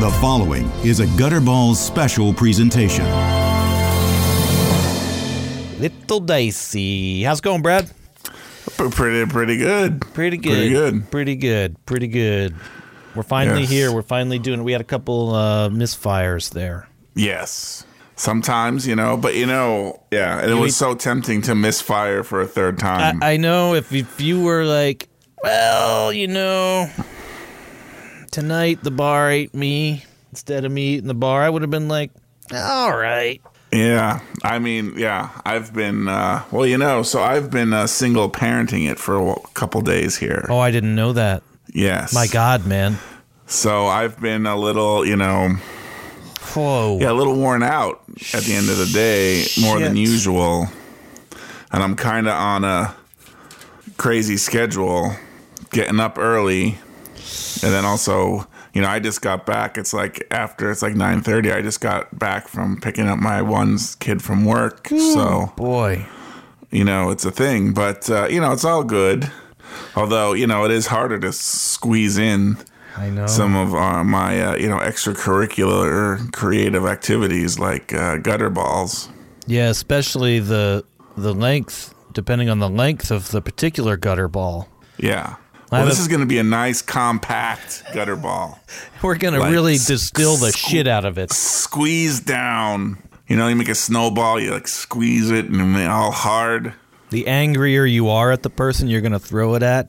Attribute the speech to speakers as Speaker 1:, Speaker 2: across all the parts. Speaker 1: The following is a Gutterballs special presentation.
Speaker 2: Little dicey. How's it going, Brad?
Speaker 3: P- Pretty, pretty good.
Speaker 2: Pretty good.
Speaker 3: Pretty good.
Speaker 2: Pretty good. Pretty good. We're finally
Speaker 3: Yes.
Speaker 2: here. We're finally doing it. We had a couple uh, misfires there.
Speaker 3: Yes. Sometimes, you know, but you know, yeah, and it was so tempting to misfire for a third time.
Speaker 2: I, I know if, if you were like, well, you know, tonight the bar ate me instead of me eating the bar, I would have been like, all right.
Speaker 3: yeah. I mean, yeah, I've been, uh, well, you know, so I've been uh, single parenting it for a wh- couple days here.
Speaker 2: Oh, I didn't know that.
Speaker 3: Yes.
Speaker 2: My God, man.
Speaker 3: So I've been a little, you know,
Speaker 2: Whoa.
Speaker 3: yeah, a little worn out at the end of the day, more than
Speaker 2: Shit.
Speaker 3: usual. And I'm kind of on a crazy schedule, getting up early, and then also, you know, I just got back. It's like after it's like 9:30. I just got back from picking up my one kid from work, so
Speaker 2: Boy.
Speaker 3: you know it's a thing. But uh, you know, it's all good. Although you know, it is harder to squeeze in
Speaker 2: I know.
Speaker 3: some of uh, my uh, you know extracurricular creative activities like uh, gutter balls.
Speaker 2: Yeah, especially the the length, depending on the length of the particular gutter ball.
Speaker 3: Yeah.
Speaker 2: I
Speaker 3: Well,
Speaker 2: have
Speaker 3: this
Speaker 2: a-
Speaker 3: is going to be a nice compact gutter ball,
Speaker 2: We're gonna
Speaker 3: Like
Speaker 2: really
Speaker 3: s-
Speaker 2: distill the
Speaker 3: squ-
Speaker 2: shit out of it.
Speaker 3: squeeze down. You know, you make a snowball, you like squeeze it and make it all hard.
Speaker 2: The angrier you are at the person you're gonna throw it at,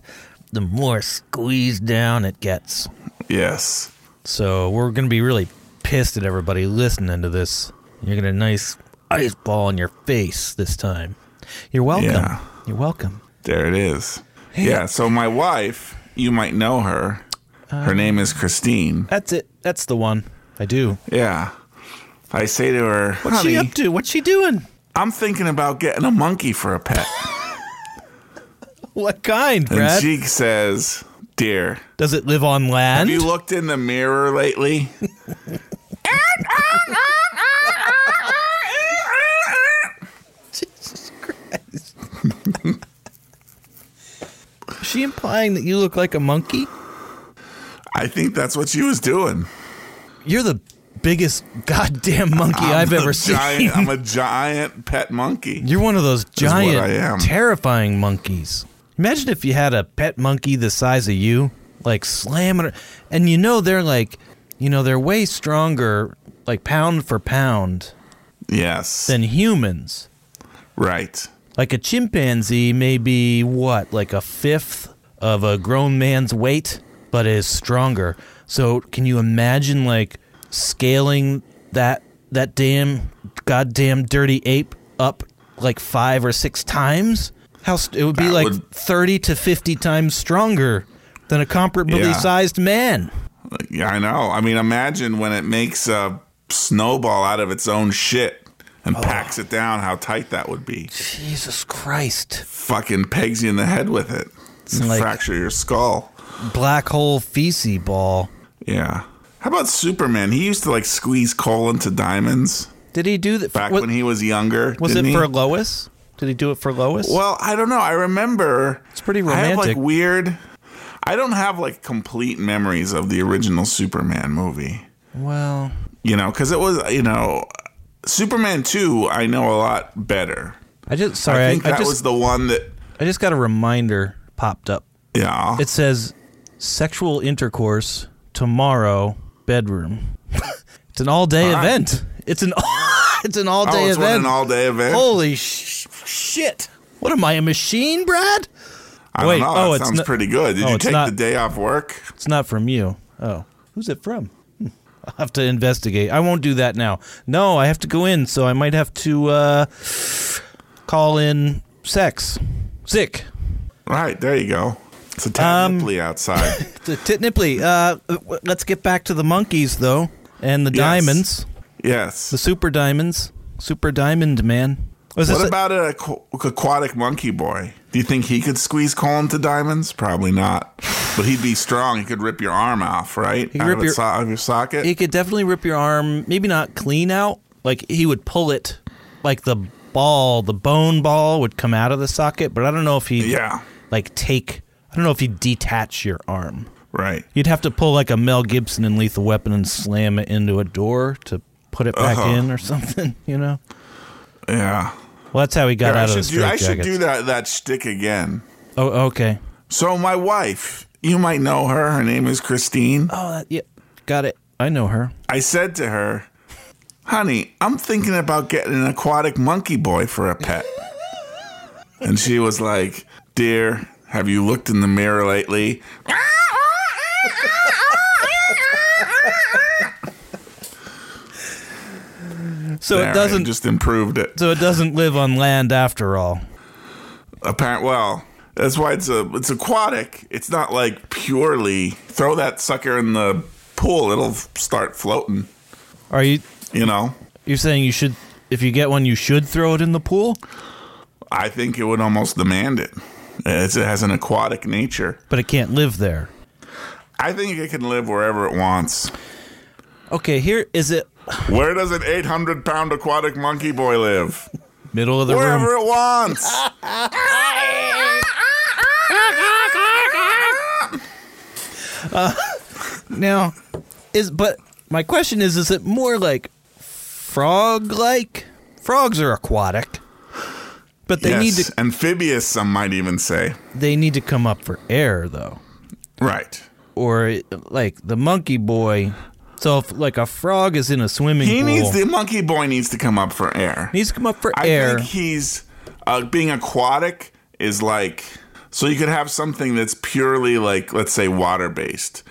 Speaker 2: the more squeezed down it gets.
Speaker 3: Yes.
Speaker 2: So we're gonna be really pissed at everybody listening to this. You're gonna nice ice ball in your face this time. You're welcome.
Speaker 3: Yeah.
Speaker 2: You're welcome.
Speaker 3: There it is. Yeah. So my wife, you might know her.
Speaker 2: Uh.
Speaker 3: Her name is Christine.
Speaker 2: That's it. That's the one. I do.
Speaker 3: Yeah. I say to her,
Speaker 2: What's
Speaker 3: honey,
Speaker 2: she up to? What's she doing?
Speaker 3: I'm thinking about getting a monkey for a pet.
Speaker 2: What kind,
Speaker 3: and
Speaker 2: Brad?
Speaker 3: she says, dear,
Speaker 2: Does it live on land?
Speaker 3: Have you looked in the mirror lately?
Speaker 2: Is she implying that you look like a monkey?
Speaker 3: I think that's what she was doing.
Speaker 2: You're the biggest goddamn monkey i have
Speaker 3: I'm a
Speaker 2: ever seen.
Speaker 3: giant, I'm a giant pet monkey.
Speaker 2: You're one of those
Speaker 3: what I
Speaker 2: giant,
Speaker 3: am.
Speaker 2: terrifying monkeys. Imagine if you had a pet monkey the size of you, like slamming, and you know they're like, you know they're way stronger, like pound for pound,
Speaker 3: Yes.
Speaker 2: than humans.
Speaker 3: right.
Speaker 2: Like a chimpanzee may be what, like a fifth of a grown man's weight, but is stronger. So can you imagine like scaling that that damn goddamn dirty ape up like five or six times? How st- it would be
Speaker 3: That
Speaker 2: like
Speaker 3: would-
Speaker 2: thirty to fifty times stronger than a comparably
Speaker 3: Yeah.
Speaker 2: sized man.
Speaker 3: Yeah, I know. I mean, imagine when it makes a snowball out of its own shit
Speaker 2: Oh.
Speaker 3: and packs it down, how tight that would be.
Speaker 2: Jesus Christ!
Speaker 3: Fucking pegs you in the head with it. And
Speaker 2: like-
Speaker 3: fracture your skull.
Speaker 2: Black hole feces ball.
Speaker 3: Yeah. How about Superman? He used to like squeeze coal into diamonds
Speaker 2: Did he do that?
Speaker 3: back
Speaker 2: wa-
Speaker 3: when he was younger.
Speaker 2: was it
Speaker 3: didn't he?
Speaker 2: for Lois? Did he do it for Lois?
Speaker 3: Well, I don't know. I remember.
Speaker 2: It's pretty
Speaker 3: I have
Speaker 2: romantic.
Speaker 3: like weird. I don't have like complete memories of the original Superman movie.
Speaker 2: Well,
Speaker 3: You know, because it was you know, Superman two. I know a lot better.
Speaker 2: I just sorry.
Speaker 3: I
Speaker 2: I,
Speaker 3: think
Speaker 2: I
Speaker 3: that
Speaker 2: just
Speaker 3: was the one that.
Speaker 2: I just got a reminder popped up.
Speaker 3: Yeah.
Speaker 2: It says sexual intercourse tomorrow bedroom. it's an all day
Speaker 3: All right.
Speaker 2: event. It's an it's an all day
Speaker 3: oh, it's one
Speaker 2: event. Oh,
Speaker 3: an all day event.
Speaker 2: Holy sh- shit! What am I a machine, Brad?
Speaker 3: I don't
Speaker 2: wait,
Speaker 3: know.
Speaker 2: oh,
Speaker 3: that
Speaker 2: it's
Speaker 3: sounds
Speaker 2: not-
Speaker 3: pretty good. Did
Speaker 2: oh,
Speaker 3: you
Speaker 2: it's
Speaker 3: take
Speaker 2: not-
Speaker 3: the day off work?
Speaker 2: It's not from you. Oh, who's it from? Hmm. I'll have to investigate. I won't do that now. No, I have to go in, so I might have to uh, call in sex. Sick.
Speaker 3: Right there, you go. It's a
Speaker 2: Um,
Speaker 3: technically outside.
Speaker 2: To Tit Nipley, uh, w- let's get back to the monkeys, though, and the
Speaker 3: Yes.
Speaker 2: diamonds,
Speaker 3: yes.
Speaker 2: the super diamonds, super diamond man. Was
Speaker 3: What
Speaker 2: this a-
Speaker 3: about an aquatic monkey boy? Do you think he could squeeze coal into diamonds? Probably not. But he'd be strong. He could rip your arm off, right?
Speaker 2: could
Speaker 3: out
Speaker 2: rip
Speaker 3: of,
Speaker 2: your-
Speaker 3: your, so- out of your socket.
Speaker 2: he could definitely rip your arm, maybe not clean out. Like he would pull it, like the ball, the bone ball would come out of the socket, but I don't know if he,
Speaker 3: yeah,
Speaker 2: like take. I don't know if he'd detach your arm.
Speaker 3: Right.
Speaker 2: You'd have to pull like a Mel Gibson and Lethal Weapon and slam it into a door to put it back
Speaker 3: Uh-huh.
Speaker 2: in or something, you know?
Speaker 3: Yeah.
Speaker 2: Well, that's how he got
Speaker 3: Yeah, I
Speaker 2: out of the
Speaker 3: should do. I should
Speaker 2: straitjackets.
Speaker 3: do that that shtick again.
Speaker 2: Oh, okay.
Speaker 3: So my wife, you might know her. Her name is Christine.
Speaker 2: Oh, that, yeah. Got it. I know her.
Speaker 3: I said to her, "Honey, I'm thinking about getting an aquatic monkey boy for a pet." and she was like, "Dear, have you looked in the mirror lately?"
Speaker 2: So
Speaker 3: There, I
Speaker 2: it doesn't.
Speaker 3: just improved it.
Speaker 2: so it doesn't live on land after all.
Speaker 3: Apparent. Well, that's why it's a it's aquatic. It's not like purely throw that sucker in the pool. It'll f- start floating.
Speaker 2: Are you?
Speaker 3: You know.
Speaker 2: You're saying you should? If you get one, you should throw it in the pool.
Speaker 3: I think it would almost demand it. It's, it has an aquatic nature.
Speaker 2: But it can't live there.
Speaker 3: I think it can live wherever it wants.
Speaker 2: Okay, here is it.
Speaker 3: Where does an 800 pound aquatic monkey boy live?
Speaker 2: Middle of the room. Ah.
Speaker 3: Wherever it wants.
Speaker 2: Now, is but my question is: Is it more like frog-like? Frogs are aquatic, but they
Speaker 3: yes,
Speaker 2: need to
Speaker 3: amphibious, some might even say.
Speaker 2: they need to come up for air though,
Speaker 3: Right.
Speaker 2: or like the monkey boy. So if like a frog is in a swimming
Speaker 3: He
Speaker 2: pool,
Speaker 3: needs the monkey boy needs to come up for air.
Speaker 2: needs to come up for
Speaker 3: I
Speaker 2: air.
Speaker 3: think he's uh, being aquatic is like so you could have something that's purely like let's say water based,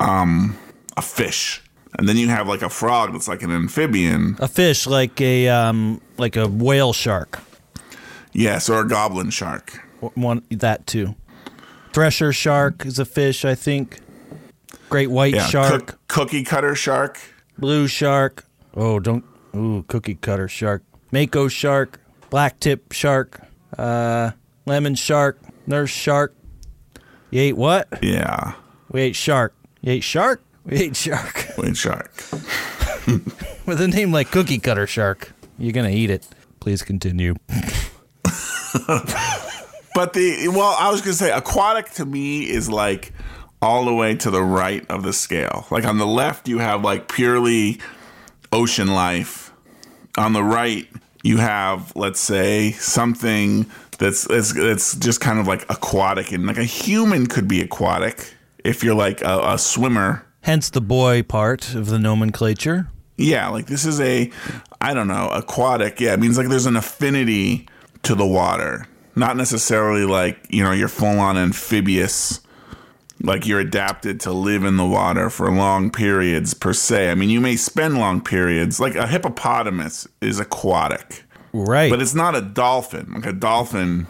Speaker 3: um, a fish, and then you have like a frog that's like an amphibian,
Speaker 2: a fish like a um like a whale shark,
Speaker 3: yes, or a goblin shark.
Speaker 2: W- one that too. Thresher shark is a fish, I think. Great white
Speaker 3: Yeah,
Speaker 2: shark.
Speaker 3: cook- cookie cutter shark.
Speaker 2: blue shark. Oh, don't. Ooh, cookie cutter shark. Mako shark. Black tip shark. Uh, lemon shark. Nurse shark. You ate what?
Speaker 3: Yeah,
Speaker 2: We ate shark. You ate shark? We ate shark.
Speaker 3: wait, shark.
Speaker 2: With a name like cookie cutter shark, you're gonna eat it. Please continue.
Speaker 3: But the well, I was gonna say aquatic to me is like all the way to the right of the scale. Like on the left, you have like purely ocean life. On the right, you have let's say something that's it's, it's just kind of like aquatic, and like a human could be aquatic if you're like a, a swimmer.
Speaker 2: Hence the boy part of the nomenclature.
Speaker 3: Yeah, like this is a, I don't know, aquatic. Yeah, it means like there's an affinity to the water. Not necessarily like, you know, you're full on amphibious, like you're adapted to live in the water for long periods per se. I mean, you may spend long periods, like a hippopotamus is aquatic,
Speaker 2: Right.
Speaker 3: but it's not a dolphin. Like a dolphin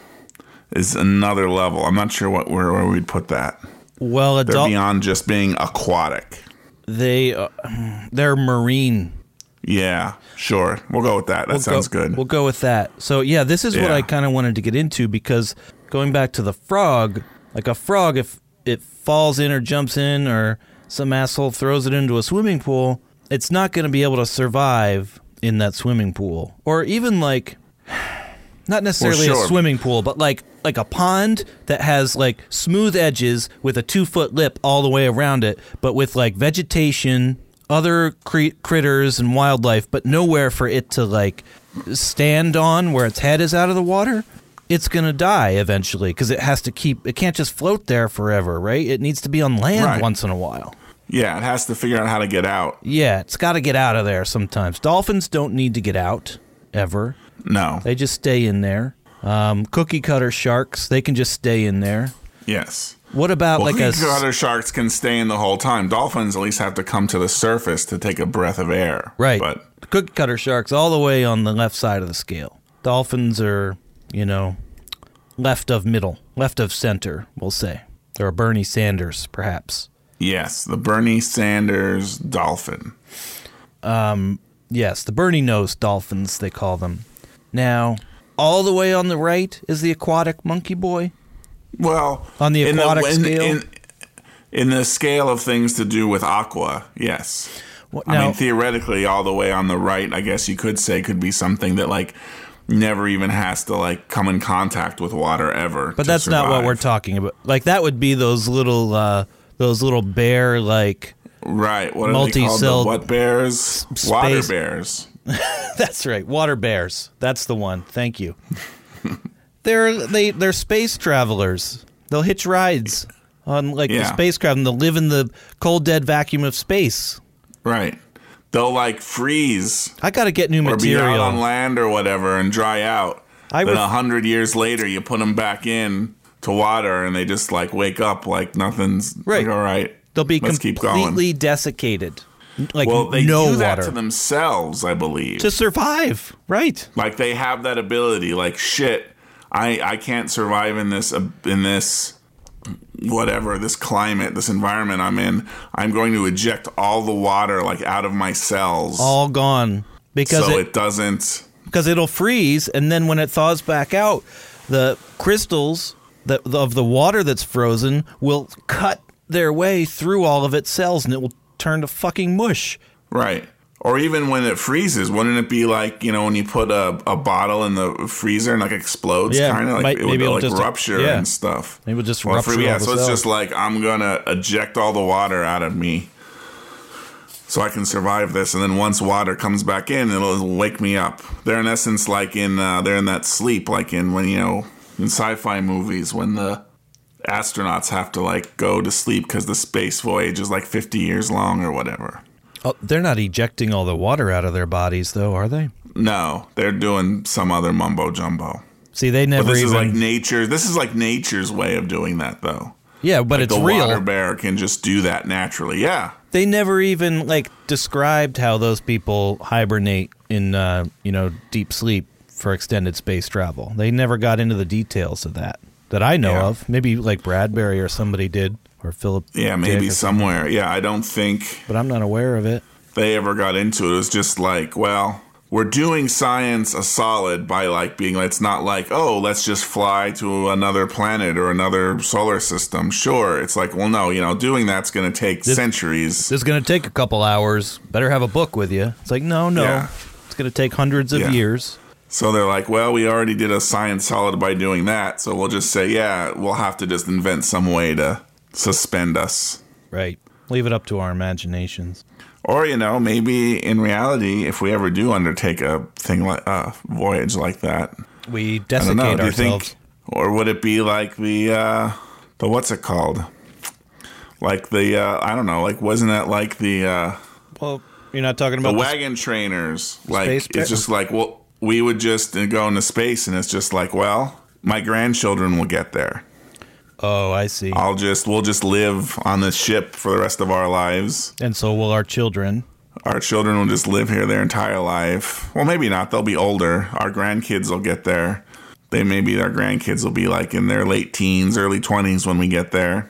Speaker 3: is another level. I'm not sure what where, where we'd put that.
Speaker 2: well,
Speaker 3: They're
Speaker 2: adult.
Speaker 3: beyond just being aquatic.
Speaker 2: they uh, they're marine.
Speaker 3: Yeah, sure. We'll go with that. That sounds
Speaker 2: go-
Speaker 3: good.
Speaker 2: We'll go with that. So yeah, this is what
Speaker 3: Yeah.
Speaker 2: I kind of wanted to get into because going back to the frog, like a frog, if it falls in or jumps in or some asshole throws it into a swimming pool, it's not going to be able to survive in that swimming pool or even like not necessarily
Speaker 3: sure.
Speaker 2: a swimming pool, but like like a pond that has like smooth edges with a two foot lip all the way around it, but with like vegetation, other cre- critters and wildlife, but nowhere for it to like stand on where its head is out of the water. It's gonna die eventually because it has to keep. It can't just float there forever, right? It needs to be on land
Speaker 3: Right.
Speaker 2: once in a while.
Speaker 3: Yeah, it has to figure out how to get out.
Speaker 2: Yeah, it's got to get out of there sometimes. Dolphins don't need to get out ever.
Speaker 3: No.
Speaker 2: They just stay in there. Um, cookie cutter sharks, they can just stay in there.
Speaker 3: yes.
Speaker 2: What about
Speaker 3: Well,
Speaker 2: like a s-
Speaker 3: other sharks can stay in the whole time. Dolphins at least have to come to the surface to take a breath of air.
Speaker 2: right?
Speaker 3: But
Speaker 2: Cookie cutter sharks all the way on the left side of the scale. Dolphins are, you know, left of middle, left of center, we'll say. Or Bernie Sanders, perhaps.
Speaker 3: yes, the Bernie Sanders dolphin.
Speaker 2: Yes, the Bernie nose dolphins, they call them. Now, all the way on the right is the aquatic monkey boy.
Speaker 3: Well,
Speaker 2: On the aquatic scale?
Speaker 3: In, in the scale of things to do with aqua, yes.
Speaker 2: What,
Speaker 3: I
Speaker 2: now,
Speaker 3: mean, theoretically, all the way on the right, I guess you could say could be something that like never even has to like come in contact with water ever.
Speaker 2: But that's not what we're talking about. Like that would be those little uh, those little bear like
Speaker 3: Right. What are they called? The
Speaker 2: Multi-celled
Speaker 3: what bears? Water
Speaker 2: space-
Speaker 3: bears.
Speaker 2: That's right. Water bears. That's the one. Thank you. they're they they're space travelers. They'll hitch rides on like
Speaker 3: Yeah.
Speaker 2: the spacecraft and they'll live in the cold dead vacuum of space.
Speaker 3: Right. They'll like freeze
Speaker 2: I got to get new
Speaker 3: or be out on
Speaker 2: material.
Speaker 3: land or whatever and dry out.
Speaker 2: I
Speaker 3: then
Speaker 2: ref-
Speaker 3: a hundred years later, you put them back in to water, and they just like wake up like nothing's
Speaker 2: Right.
Speaker 3: like, all right.
Speaker 2: They'll be
Speaker 3: Let's keep going.
Speaker 2: completely desiccated. Like
Speaker 3: Well, they
Speaker 2: no
Speaker 3: do that
Speaker 2: water
Speaker 3: to themselves, I believe.
Speaker 2: to survive. Right.
Speaker 3: like they have that ability. Like shit, I I can't survive in this uh, in this whatever this climate, this environment I'm in. I'm going to eject all the water like out of my cells,
Speaker 2: All gone because
Speaker 3: so
Speaker 2: it,
Speaker 3: it, doesn't.
Speaker 2: because it'll freeze and then when it thaws back out the crystals that, of the water that's frozen will cut their way through all of its cells and it will turn to fucking mush
Speaker 3: Right. Or even when it freezes, wouldn't it be like you know when you put a, a bottle in the freezer and like explodes,
Speaker 2: Yeah,
Speaker 3: kind of like
Speaker 2: might-
Speaker 3: it would
Speaker 2: maybe it'll
Speaker 3: like
Speaker 2: just- uh,
Speaker 3: rupture
Speaker 2: yeah.
Speaker 3: and stuff.
Speaker 2: Maybe it'll just
Speaker 3: Or if-
Speaker 2: rupture
Speaker 3: Yeah,
Speaker 2: all the
Speaker 3: so it's
Speaker 2: cells.
Speaker 3: just like I'm gonna eject all the water out of me, so I can survive this. And then once water comes back in, it'll wake me up. They're in essence like in uh, they're in that sleep, like in when you know in sci-fi movies when the astronauts have to like go to sleep because the space voyage is like 50 years long or whatever.
Speaker 2: oh, they're not ejecting all the water out of their bodies though are they
Speaker 3: No, they're doing some other mumbo jumbo.
Speaker 2: see they
Speaker 3: But
Speaker 2: never
Speaker 3: this
Speaker 2: even
Speaker 3: is like nature. This is like nature's way of doing that, though.
Speaker 2: yeah but it's
Speaker 3: the
Speaker 2: real
Speaker 3: water bear can just do that naturally. Yeah,
Speaker 2: they never even like described how those people hibernate in uh, you know deep sleep for extended space travel. They never got into the details of that that I know
Speaker 3: Yeah.
Speaker 2: of. Maybe like Bradbury or somebody did or Philip.
Speaker 3: yeah,
Speaker 2: Dick
Speaker 3: maybe
Speaker 2: or-
Speaker 3: somewhere. Yeah, I don't think
Speaker 2: but I'm not aware of it.
Speaker 3: they ever got into it. It was just like, well, we're doing science a solid by like being. It's not like, oh, let's just fly to another planet or another solar system. Sure, it's like, well, no, you know, doing that's going to take centuries.
Speaker 2: This is going to take a couple hours. Better have a book with you. It's like no, no.
Speaker 3: Yeah.
Speaker 2: It's going to take hundreds of
Speaker 3: Yeah.
Speaker 2: years.
Speaker 3: So they're like, well, we already did a science solid by doing that, so we'll just say, yeah, we'll have to just invent some way to suspend us.
Speaker 2: Right. Leave it up to our imaginations.
Speaker 3: Or, you know, maybe in reality, if we ever do undertake a thing like a voyage like that,
Speaker 2: We
Speaker 3: I
Speaker 2: desiccate
Speaker 3: don't know. Do you
Speaker 2: ourselves.
Speaker 3: think, or would it be like the, uh, the what's it called? Like the, uh, I don't know, like, wasn't that like the, uh,
Speaker 2: well, you're not talking
Speaker 3: the
Speaker 2: about the
Speaker 3: wagon trainers like
Speaker 2: Space tra-
Speaker 3: it's just like well we would just go into space and it's just like well my grandchildren will get there
Speaker 2: Oh, I see.
Speaker 3: i'll just we'll just live on this ship for the rest of our lives
Speaker 2: and so will our children.
Speaker 3: our children will just live here their entire life well maybe not they'll be older our grandkids will get there they maybe our grandkids will be like in their late teens early 20s when we get there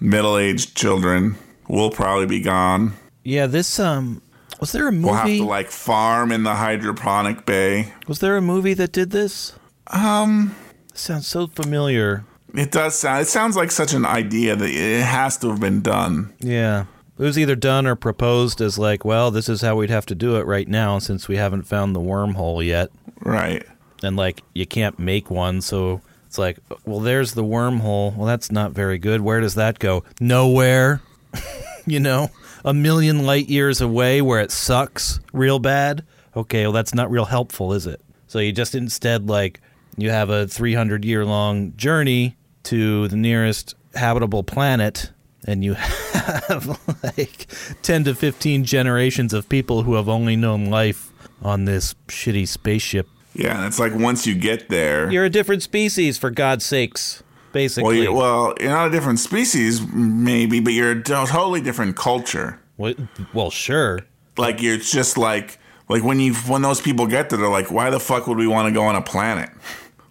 Speaker 3: middle-aged children will probably be gone
Speaker 2: Yeah, this um was there a movie
Speaker 3: we'll have to like farm in the hydroponic bay
Speaker 2: was there a movie that did this? Um sounds so familiar.
Speaker 3: It does sound. It sounds like such an idea that it has to have been done.
Speaker 2: Yeah. It was either done or proposed as like, well, this is how we'd have to do it right now since we haven't found the wormhole yet.
Speaker 3: Right.
Speaker 2: And like you can't make one, so it's like, well, there's the wormhole. Well, that's not very good. Where does that go? Nowhere. you know, a million light years away where it sucks real bad. Okay, well, that's not real helpful, is it? So you just instead, like, you have a 300 year long journey to the nearest habitable planet, and you have like 10 to 15 generations of people who have only known life on this shitty spaceship.
Speaker 3: Yeah, and it's like once you get there,
Speaker 2: You're a different species, for God's sakes, basically.
Speaker 3: well, you, well, you're not a different species, maybe, but you're a to- totally different culture.
Speaker 2: Well- well, sure.
Speaker 3: Like you're just like like when you when those people get there, they're like, why the fuck would we want to go on a planet?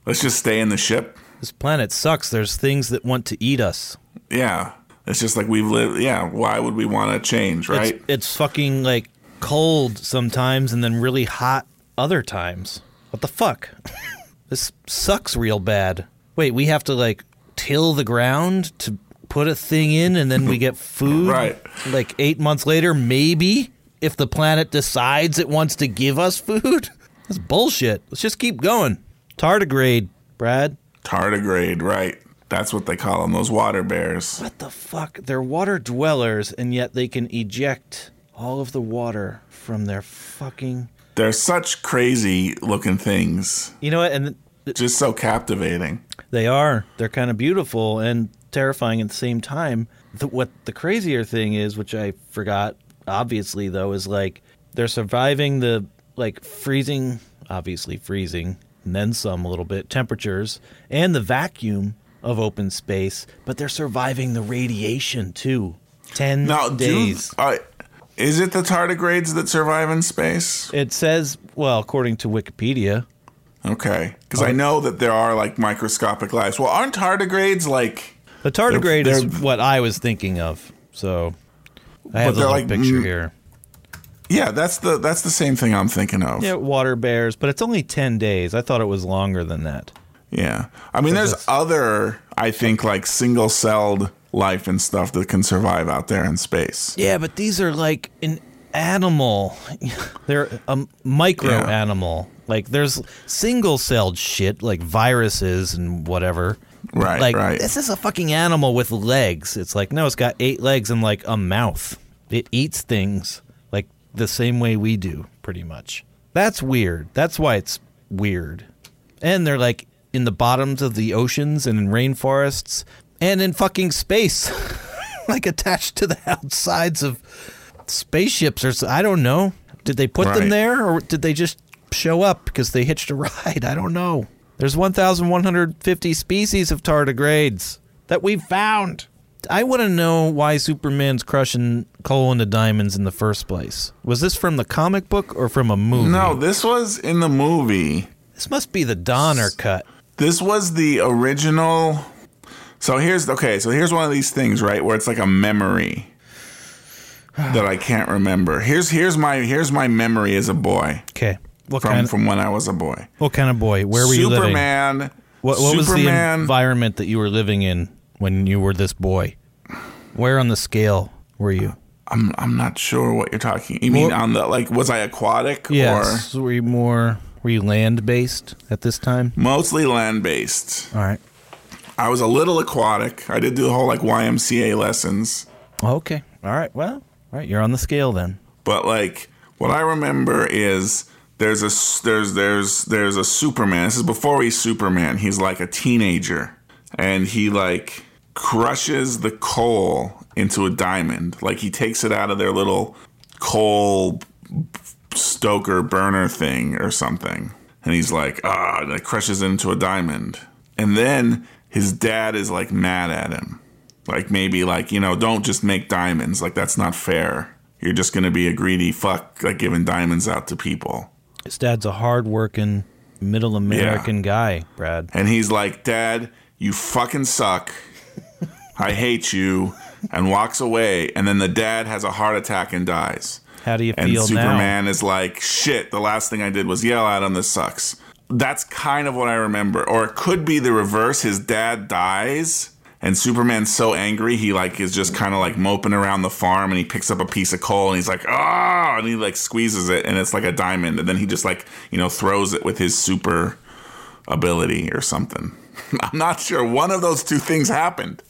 Speaker 3: Let's just stay in the ship.
Speaker 2: This planet sucks. There's things that want to eat us.
Speaker 3: Yeah, it's just like we've lived. Yeah, why would we want to change? Right.
Speaker 2: It's, it's fucking like cold sometimes and then really hot other times. What the fuck? this sucks real bad. Wait, we have to like till the ground to put a thing in and then we get food
Speaker 3: Right.
Speaker 2: like 8 months later maybe if the planet decides it wants to give us food. That's bullshit. Let's just keep going. Tardigrade, Brad.
Speaker 3: Tardigrade. Right. That's what they call them, those water bears.
Speaker 2: What the fuck? They're water dwellers, and yet they can eject all of the water from their fucking.
Speaker 3: They're such crazy looking things.
Speaker 2: You know what? And th-
Speaker 3: Just so captivating.
Speaker 2: they are. They're kind of beautiful and terrifying at the same time. The, what the crazier thing is, which I forgot, obviously, though, is like they're surviving the like freezing, obviously freezing, and then some a little bit temperatures and the vacuum of open space, but they're surviving the radiation too. 10
Speaker 3: Now, do,
Speaker 2: days.
Speaker 3: uh, is it the tardigrades that survive in space?
Speaker 2: It says, well, according to Wikipedia,
Speaker 3: Okay. Because I know that there are like microscopic lives. Well, aren't tardigrades like.
Speaker 2: the tardigrade
Speaker 3: They're-
Speaker 2: is what I was thinking of. So I have the
Speaker 3: they're
Speaker 2: whole
Speaker 3: like
Speaker 2: picture
Speaker 3: m-
Speaker 2: here.
Speaker 3: Yeah, that's the that's the same thing I'm thinking of.
Speaker 2: Yeah, water bears, but it's only 10 days. I thought it was longer than that.
Speaker 3: Yeah. I mean, there's
Speaker 2: that's-
Speaker 3: other, I think, like single celled life and stuff that can survive out there in space.
Speaker 2: Yeah, but these are like an animal. They're a micro
Speaker 3: Yeah.
Speaker 2: animal. Like there's single celled shit like viruses and whatever.
Speaker 3: Right,
Speaker 2: Like
Speaker 3: right.
Speaker 2: this is a fucking animal with legs. It's like no, it's got eight legs and like a mouth. It eats things like the same way we do, pretty much. That's weird. That's why it's weird. And they're like in the bottoms of the oceans and in rainforests and in fucking space. like attached to the outsides of spaceships or so, I don't know. Did they put them
Speaker 3: Right.
Speaker 2: there or did they just show up because they hitched a ride? I don't know. There's 1,150 species of tardigrades that we've found. I want to know why Superman's crushing coal into diamonds in the first place. Was this from the comic book or from a movie?
Speaker 3: No, this was in the movie.
Speaker 2: This must be the Donner cut.
Speaker 3: This was the original. So here's okay. So here's one of these things, right, where it's like a memory that I can't remember. Here's here's my here's my memory as a boy
Speaker 2: Okay. What
Speaker 3: from
Speaker 2: kind, of,
Speaker 3: from when I was a boy.
Speaker 2: what kind of boy? Where were you living?
Speaker 3: Superman.
Speaker 2: What, what was the
Speaker 3: Superman,
Speaker 2: environment that you were living in when you were this boy? Where on the scale were you?
Speaker 3: I'm I'm not sure what you're talking. You mean
Speaker 2: Well-
Speaker 3: on the like was I aquatic or
Speaker 2: Yes. were you more were you land based at this time?
Speaker 3: mostly land based?
Speaker 2: All right.
Speaker 3: I was a little aquatic. I did do the whole like YMCA lessons.
Speaker 2: Okay. All right. Well, all right. You're on the scale then.
Speaker 3: But like what I remember is there's a s- there's there's there's a Superman. This is before he's Superman. He's like a teenager, and he like crushes the coal into a diamond. Like he takes it out of their little coal stoker burner thing or something, and he's like ah, and it crushes into a diamond. And then his dad is like mad at him like maybe like you know don't just make diamonds like that's not fair you're just gonna be a greedy fuck like giving diamonds out to people
Speaker 2: His dad's a hard working middle American guy, Brad.
Speaker 3: and he's like dad you fucking suck i hate you and walks away and then the dad has a heart attack and dies
Speaker 2: How do you
Speaker 3: and
Speaker 2: feel now?
Speaker 3: superman is like shit the last thing i did was yell at him this sucks that's kind of what i remember or it could be the reverse his dad dies and superman's so angry he like is just kind of like moping around the farm and he picks up a piece of coal and he's like ah and he like squeezes it and it's like a diamond and then he just like you know throws it with his super ability or something i'm not sure one of those two things happened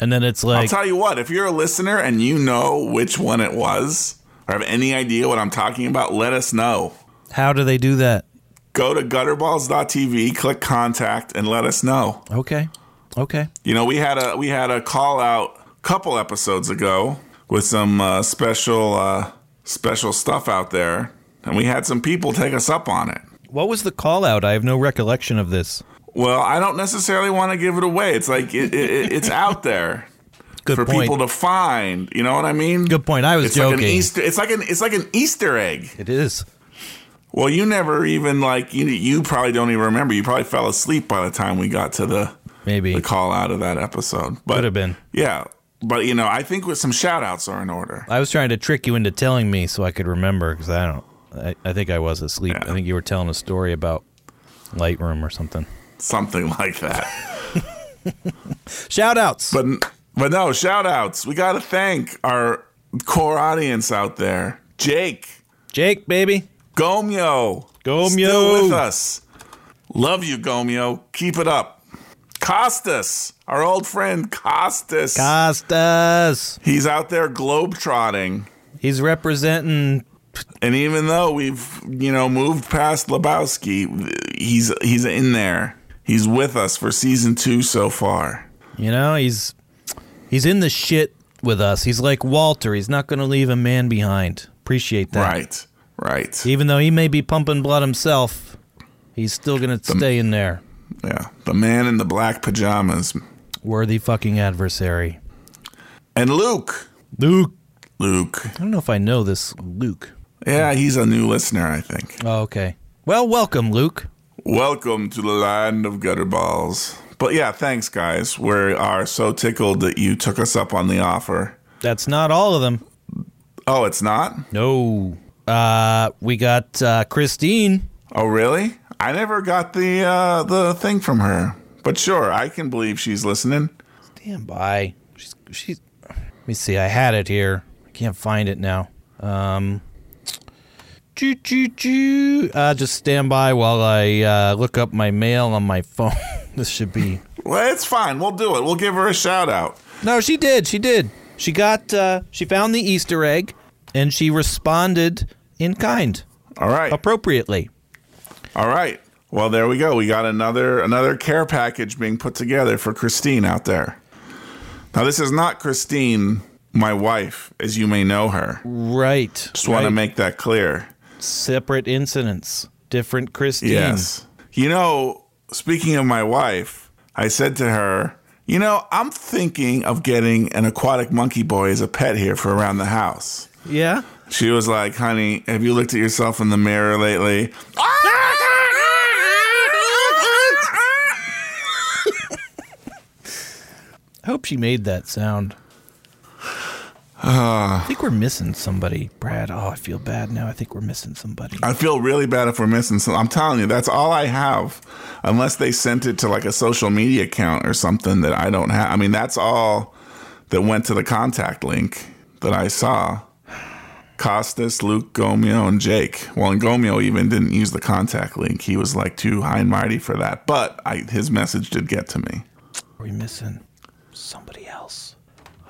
Speaker 2: And then it's
Speaker 3: I'll
Speaker 2: like
Speaker 3: tell you what, if you're a listener and you know which one it was or have any idea what I'm talking about, let us know.
Speaker 2: how do they do that?
Speaker 3: Go to gutterballs.tv, click contact, and let us know.
Speaker 2: Okay. Okay.
Speaker 3: You know, we had a we had a call out a couple episodes ago with some uh, special uh, special stuff out there, and we had some people take us up on it.
Speaker 2: What was the call out? I have no recollection of this.
Speaker 3: Well, I don't necessarily want to give it away. It's like it, it, it- it's out there
Speaker 2: Good
Speaker 3: for
Speaker 2: point.
Speaker 3: people to find. You know what I mean?
Speaker 2: Good point. I was
Speaker 3: It's
Speaker 2: joking.
Speaker 3: like an Easter. It's like an it's like an Easter egg.
Speaker 2: it is.
Speaker 3: Well, you never even like you. You probably don't even remember. You probably fell asleep by the time we got to the
Speaker 2: Maybe.
Speaker 3: the call out of that episode. But
Speaker 2: Could have been.
Speaker 3: yeah. But you know, I think with some shout outs are in order.
Speaker 2: I was trying to trick you into telling me so I could remember because I don't. I, I think I was asleep. I
Speaker 3: Yeah.
Speaker 2: think you were telling a story about Lightroom or something.
Speaker 3: Something like that.
Speaker 2: Shout outs.
Speaker 3: But but no shout outs. We got to thank our core audience out there. Jake
Speaker 2: Jake, baby.
Speaker 3: Gomeo,
Speaker 2: Gomeo.
Speaker 3: still with us. Love you, Gomeo. Keep it up. Costas, our old friend Costas.
Speaker 2: Costas.
Speaker 3: He's out there globetrotting.
Speaker 2: He's representing.
Speaker 3: And even though we've, you know, moved past Lebowski, he's he's in there. He's with us for season 2 so far.
Speaker 2: You know, he's he's in the shit with us. He's like Walter. He's not going to leave a man behind. Appreciate that.
Speaker 3: Right. Right.
Speaker 2: Even though he may be pumping blood himself, he's still going to stay in there.
Speaker 3: Yeah. The man in the black pajamas.
Speaker 2: Worthy fucking adversary.
Speaker 3: And Luke.
Speaker 2: Luke.
Speaker 3: Luke.
Speaker 2: I don't know if I know this Luke.
Speaker 3: Yeah, he's a new listener, I think.
Speaker 2: Oh, okay. Well, welcome, Luke.
Speaker 3: Welcome to the land of gutter balls. But yeah, thanks, guys. We are so tickled that you took us up on the offer.
Speaker 2: That's not all of them.
Speaker 3: Oh, it's not?
Speaker 2: No. Uh, we got uh, Christine.
Speaker 3: Oh, really? I never got the uh, the thing from her. But sure, I can believe she's listening.
Speaker 2: Stand by. She's she's. Let me see. I had it here. I can't find it now. Um. Choo choo choo. Uh, just stand by while I uh, look up my mail on my phone. this should be.
Speaker 3: Well, it's fine. We'll do it. We'll give her a shout out.
Speaker 2: No, she did. She did. She got. Uh, she found the Easter egg, and she responded in kind,
Speaker 3: All right.
Speaker 2: appropriately.
Speaker 3: All right. Well, there we go. We got another another care package being put together for Christine out there. Now, this is not Christine, my wife, as you may know her.
Speaker 2: Right.
Speaker 3: Just want to
Speaker 2: right.
Speaker 3: make that clear.
Speaker 2: separate incidents, different Christine.
Speaker 3: Yes. You know, speaking of my wife, I said to her, "You know, I'm thinking of getting an aquatic monkey boy as a pet here for around the house."
Speaker 2: Yeah.
Speaker 3: She was like, honey, have you looked at yourself in the mirror lately?
Speaker 2: I hope she made that sound.
Speaker 3: Ah.
Speaker 2: I think we're missing somebody, Brad. Oh, I feel bad now. I think we're missing somebody.
Speaker 3: I feel really bad if we're missing something. I'm telling you, that's all I have. Unless they sent it to like a social media account or something that I don't have. I mean, that's all that went to the contact link that I saw. Costas, Luke, Gomeo, and Jake. Well, and Gomeo even didn't use the contact link. He was like too high and mighty for that. But I, his message did get to me.
Speaker 2: Are we missing somebody else?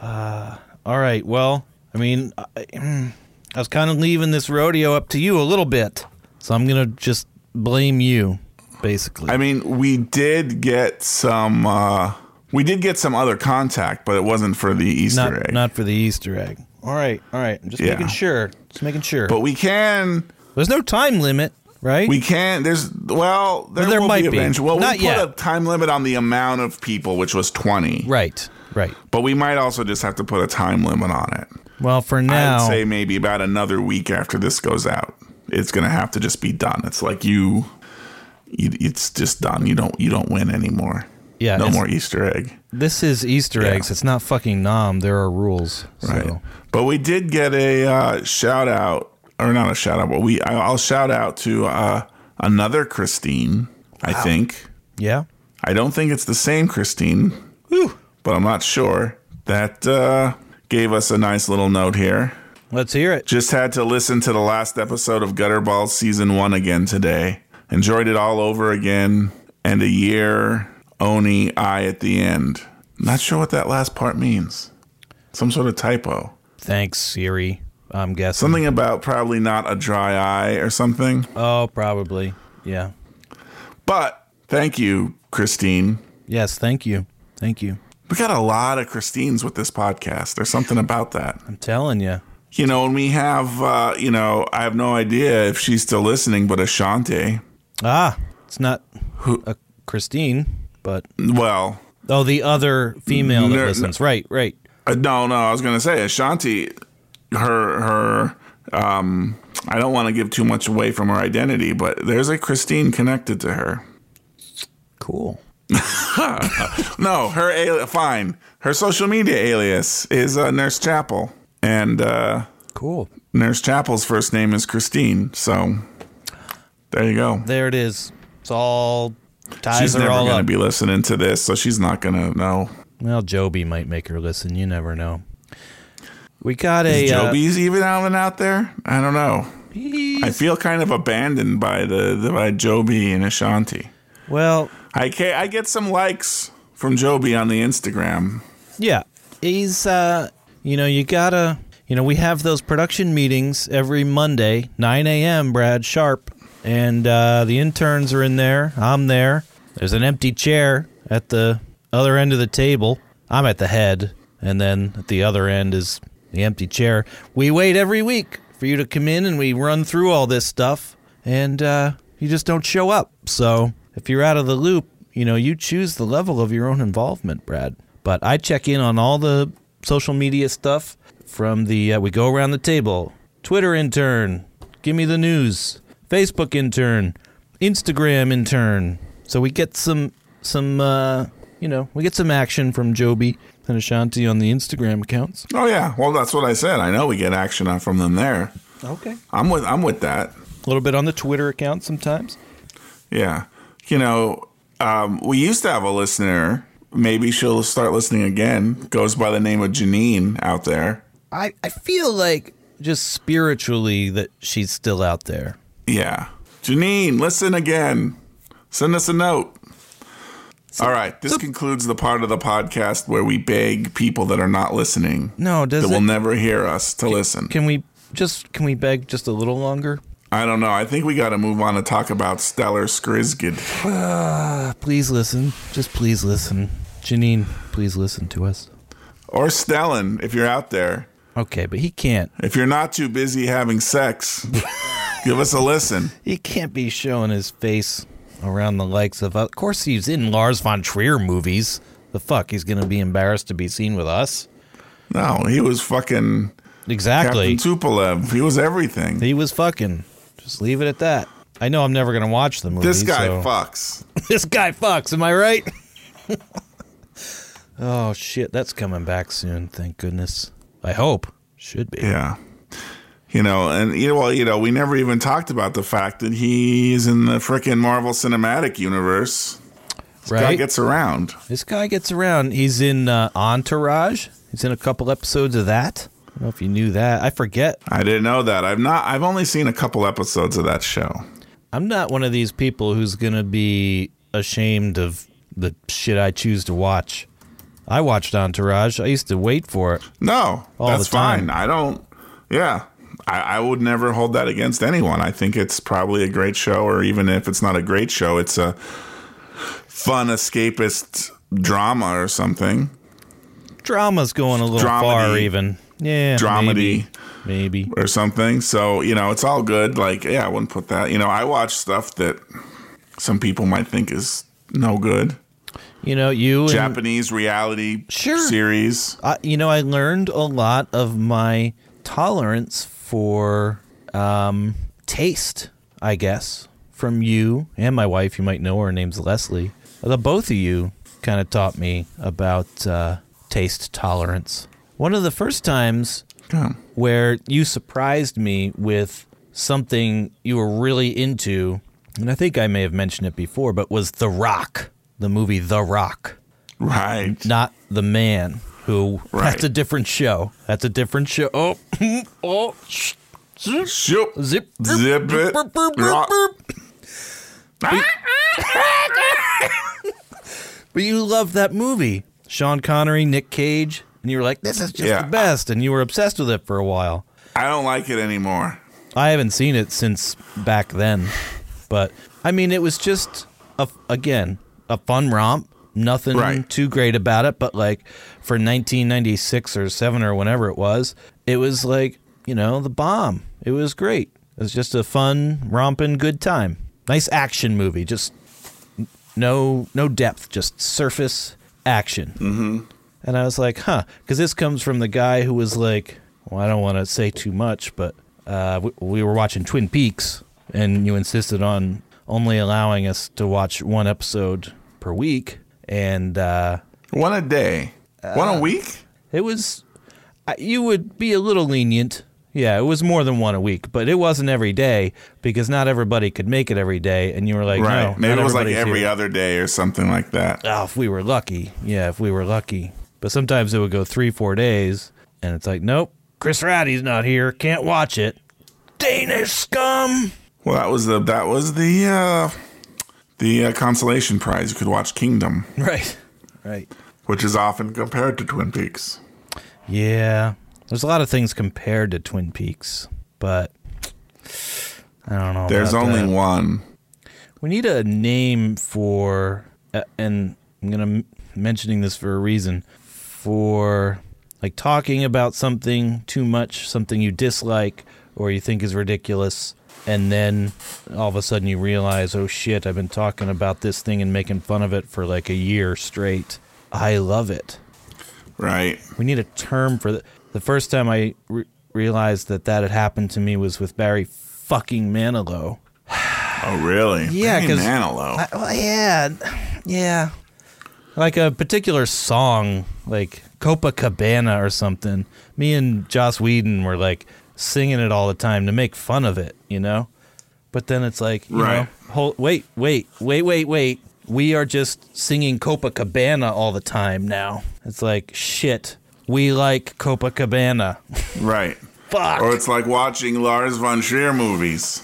Speaker 2: Uh, all right. Well, I mean, I, mm, I was kind of leaving this rodeo up to you a little bit, so I'm gonna just blame you, basically.
Speaker 3: I mean, we did get some. Uh, we did get some other contact, but it wasn't for the Easter
Speaker 2: not
Speaker 3: egg.
Speaker 2: not for the Easter egg. All right. All right. I'm just
Speaker 3: Yeah.
Speaker 2: making sure. Just making sure.
Speaker 3: but we can.
Speaker 2: There's no time limit, right?
Speaker 3: We can. There's well. There,
Speaker 2: there
Speaker 3: will
Speaker 2: might
Speaker 3: be
Speaker 2: be.
Speaker 3: eventually. Well,
Speaker 2: Not
Speaker 3: we put
Speaker 2: yet.
Speaker 3: a time limit on the amount of people, which was twenty.
Speaker 2: right. Right.
Speaker 3: But we might also just have to put a time limit on it.
Speaker 2: Well, for
Speaker 3: I'd
Speaker 2: now,
Speaker 3: say maybe about another week after this goes out, it's gonna have to just be done. It's like you. you it's just done. You don't. You don't win anymore.
Speaker 2: Yeah,
Speaker 3: No
Speaker 2: it's-
Speaker 3: more Easter egg.
Speaker 2: this is Easter eggs. It's not fucking nom. There are rules. So.
Speaker 3: Right. But we did get a uh, shout out, or not a shout out, but we I- I'll shout out to uh, another Christine. I think
Speaker 2: Yeah.
Speaker 3: I don't think it's the same Christine, but I'm not sure. That uh, gave us a nice little note here.
Speaker 2: Let's hear it.
Speaker 3: Just had to listen to the last episode of Gutterballs season one again today. Enjoyed it all over again, and a year oni i at the end. Not sure what that last part means. Some sort of typo.
Speaker 2: Thanks, Siri. I'm guessing.
Speaker 3: Something about probably not a dry eye or something.
Speaker 2: Oh, probably. Yeah.
Speaker 3: But thank you, Christine.
Speaker 2: Yes. Thank you. Thank you.
Speaker 3: We got a lot of Christines with this podcast. There's something about that.
Speaker 2: I'm telling you.
Speaker 3: You know, and we have, uh, you know, I have no idea if she's still listening, but Ashante.
Speaker 2: Ah, it's not a Christine, but
Speaker 3: Well,
Speaker 2: oh, the other female
Speaker 3: No,
Speaker 2: that listens. Right. Right.
Speaker 3: uh, no, no, I was going to say Ashanti, her, her, um, I don't want to give too much away from her identity, but there's a Christine connected to her.
Speaker 2: Cool.
Speaker 3: No, her ali- fine. Her social media alias is uh, Nurse Chapel, and uh,
Speaker 2: Cool.
Speaker 3: Nurse Chapel's first name is Christine. So there you go.
Speaker 2: There it is. It's all ties
Speaker 3: She's
Speaker 2: are
Speaker 3: never
Speaker 2: all
Speaker 3: going to
Speaker 2: up.
Speaker 3: be listening to this, so she's not going to know.
Speaker 2: Well, Joby might make her listen. You never know. We got a
Speaker 3: Is
Speaker 2: uh,
Speaker 3: Joby's even out and out there? I don't know. I
Speaker 2: he's-
Speaker 3: feel kind of abandoned by the, the by Joby and Ashanti.
Speaker 2: well,
Speaker 3: I ca I get some likes from Joby on the Instagram.
Speaker 2: Yeah. He's uh you know, you gotta you know, we have those production meetings every Monday, nine AM, Brad Sharp. And uh the interns are in there. I'm there. There's an empty chair at the other end of the table. I'm at the head, and then at the other end is the empty chair. We wait every week for you to come in and we run through all this stuff and uh you just don't show up. So if you're out of the loop, you know, you choose the level of your own involvement, Brad. But I check in on all the social media stuff from the, uh, we go around the table. Twitter intern, give me the news. Facebook intern, Instagram intern. So we get some, some, uh, you know, we get some action from Joby and Ashanti on the Instagram accounts.
Speaker 3: Oh yeah, well that's what I said. I know we get action on from them there.
Speaker 2: Okay.
Speaker 3: I'm with I'm with that.
Speaker 2: A little bit on the Twitter account sometimes.
Speaker 3: Yeah, you know, um, we used to have a listener. Maybe she'll start listening again. Goes by the name of Janine out there.
Speaker 2: I, I feel like just spiritually that she's still out there.
Speaker 3: Yeah, Janine, listen again. Send us a note. All right, this concludes the part of the podcast where we beg people that are not listening
Speaker 2: No, does
Speaker 3: that
Speaker 2: it?
Speaker 3: will never hear us to listen.
Speaker 2: Can we just can we beg just a little longer?
Speaker 3: I don't know. I think we got to move on and talk about Stellar Skrizgid.
Speaker 2: Uh, Please listen. Just please listen. Janine, please listen to us.
Speaker 3: Or Stellan, if you're out there.
Speaker 2: Okay, but he can't.
Speaker 3: If you're not too busy having sex, give us a listen.
Speaker 2: He can't be showing his face around the likes of Of course he's in Lars von Trier movies. The fuck, he's going to be embarrassed to be seen with us.
Speaker 3: No, he was fucking
Speaker 2: Exactly.
Speaker 3: Captain Tupolev. He was everything.
Speaker 2: He was fucking. Just leave it at that. I know I'm never going to watch the movie.
Speaker 3: this guy
Speaker 2: so-
Speaker 3: fucks.
Speaker 2: this guy fucks. Am I right? oh shit, that's coming back soon. Thank goodness. I hope should be.
Speaker 3: Yeah. You know, and you know, well, you know, we never even talked about the fact that he's in the frickin' Marvel Cinematic Universe. Guy
Speaker 2: right.
Speaker 3: gets around.
Speaker 2: this guy gets around. He's in uh, Entourage. He's in a couple episodes of that. I don't know if you knew that. I forget.
Speaker 3: I didn't know that. I've not. I've only seen a couple episodes of that show.
Speaker 2: I'm not one of these people who's gonna be ashamed of the shit I choose to watch. I watched Entourage. I used to wait for it.
Speaker 3: No,
Speaker 2: All
Speaker 3: that's
Speaker 2: the time.
Speaker 3: fine. I don't. Yeah, I, I would never hold that against anyone. I think it's probably a great show, or even if it's not a great show, it's a fun escapist drama or something.
Speaker 2: Drama's going a little
Speaker 3: Dramedy.
Speaker 2: far, even. Yeah,
Speaker 3: Dramedy.
Speaker 2: Maybe. maybe.
Speaker 3: or something. So, you know, it's all good. Like, yeah, I wouldn't put that. You know, I watch stuff that some people might think is no good.
Speaker 2: You know, you and
Speaker 3: Japanese reality
Speaker 2: Sure.
Speaker 3: series.
Speaker 2: I, you know, I learned a lot of my tolerance for um, taste, I guess, from you and my wife. You might know her her name's Leslie. The both of you kind of taught me about uh, taste tolerance. One of the first times
Speaker 3: Yeah.
Speaker 2: where you surprised me with something you were really into, and I think I may have mentioned it before, but was The Rock, the movie The Rock
Speaker 3: Right.
Speaker 2: not the man who that's
Speaker 3: Right.
Speaker 2: a different show that's a different show oh oh sh-
Speaker 3: Shoop.
Speaker 2: zip
Speaker 3: Zip it.
Speaker 2: burp, burp, burp,
Speaker 3: Rock.
Speaker 2: burp. but you loved that movie sean connery nick cage and you were like this is just
Speaker 3: Yeah.
Speaker 2: the best and you were obsessed with it for a while
Speaker 3: I don't like it anymore.
Speaker 2: I haven't seen it since back then, but I mean, it was just a, again a fun romp. Nothing
Speaker 3: Right.
Speaker 2: too great about it, but like for 1996 or seven or whenever it was, it was like you know the bomb. It was great. It was just a fun romping good time. Nice action movie. Just n- no no depth. Just surface action. And I was like, huh, because this comes from the guy who was like, well, I don't want to say too much, but uh, we, we were watching Twin Peaks, and you insisted on only allowing us to watch one episode per week, and uh,
Speaker 3: One a day.
Speaker 2: Ah.
Speaker 3: One a week?
Speaker 2: it was I- you would be a little lenient. Yeah, it was more than one a week, but it wasn't every day because not everybody could make it every day, and you were like,
Speaker 3: Right.
Speaker 2: no,
Speaker 3: Maybe
Speaker 2: not
Speaker 3: it was like
Speaker 2: everybody's
Speaker 3: every
Speaker 2: here.
Speaker 3: other day or something like that.
Speaker 2: oh, if we were lucky. Yeah, if we were lucky. But sometimes it would go three, four days, and it's like, nope, Chris Ratty's not here. Can't watch it. Danish scum.
Speaker 3: Well, that was the that was the uh the uh, consolation prize. You could watch Kingdom.
Speaker 2: Right. right.
Speaker 3: which is often compared to Twin Peaks.
Speaker 2: Yeah. There's a lot of things compared to Twin Peaks, but I don't know.
Speaker 3: There's
Speaker 2: about
Speaker 3: only
Speaker 2: that.
Speaker 3: one.
Speaker 2: We need a name for, uh, and I'm gonna m- mentioning this for a reason, for like talking about something too much, something you dislike or you think is ridiculous, and then all of a sudden you realize, oh shit, I've been talking about this thing and making fun of it for like a year straight. I love it.
Speaker 3: Right.
Speaker 2: We need a term for the, the first time I re- realized that that had happened to me was with Barry fucking Manilow.
Speaker 3: Oh, really?
Speaker 2: Yeah,
Speaker 3: Barry
Speaker 2: 'cause
Speaker 3: Manilow.
Speaker 2: I, well, yeah, yeah. Like a particular song, like Copacabana or something. Me and Joss Whedon were like singing it all the time to make fun of it, you know. But then it's like, you
Speaker 3: Right.
Speaker 2: know, hold, wait, wait, wait, wait, wait. We are just singing Copacabana all the time now. It's like shit. We like Copacabana.
Speaker 3: right.
Speaker 2: Fuck.
Speaker 3: Or it's like watching Lars von Trier movies.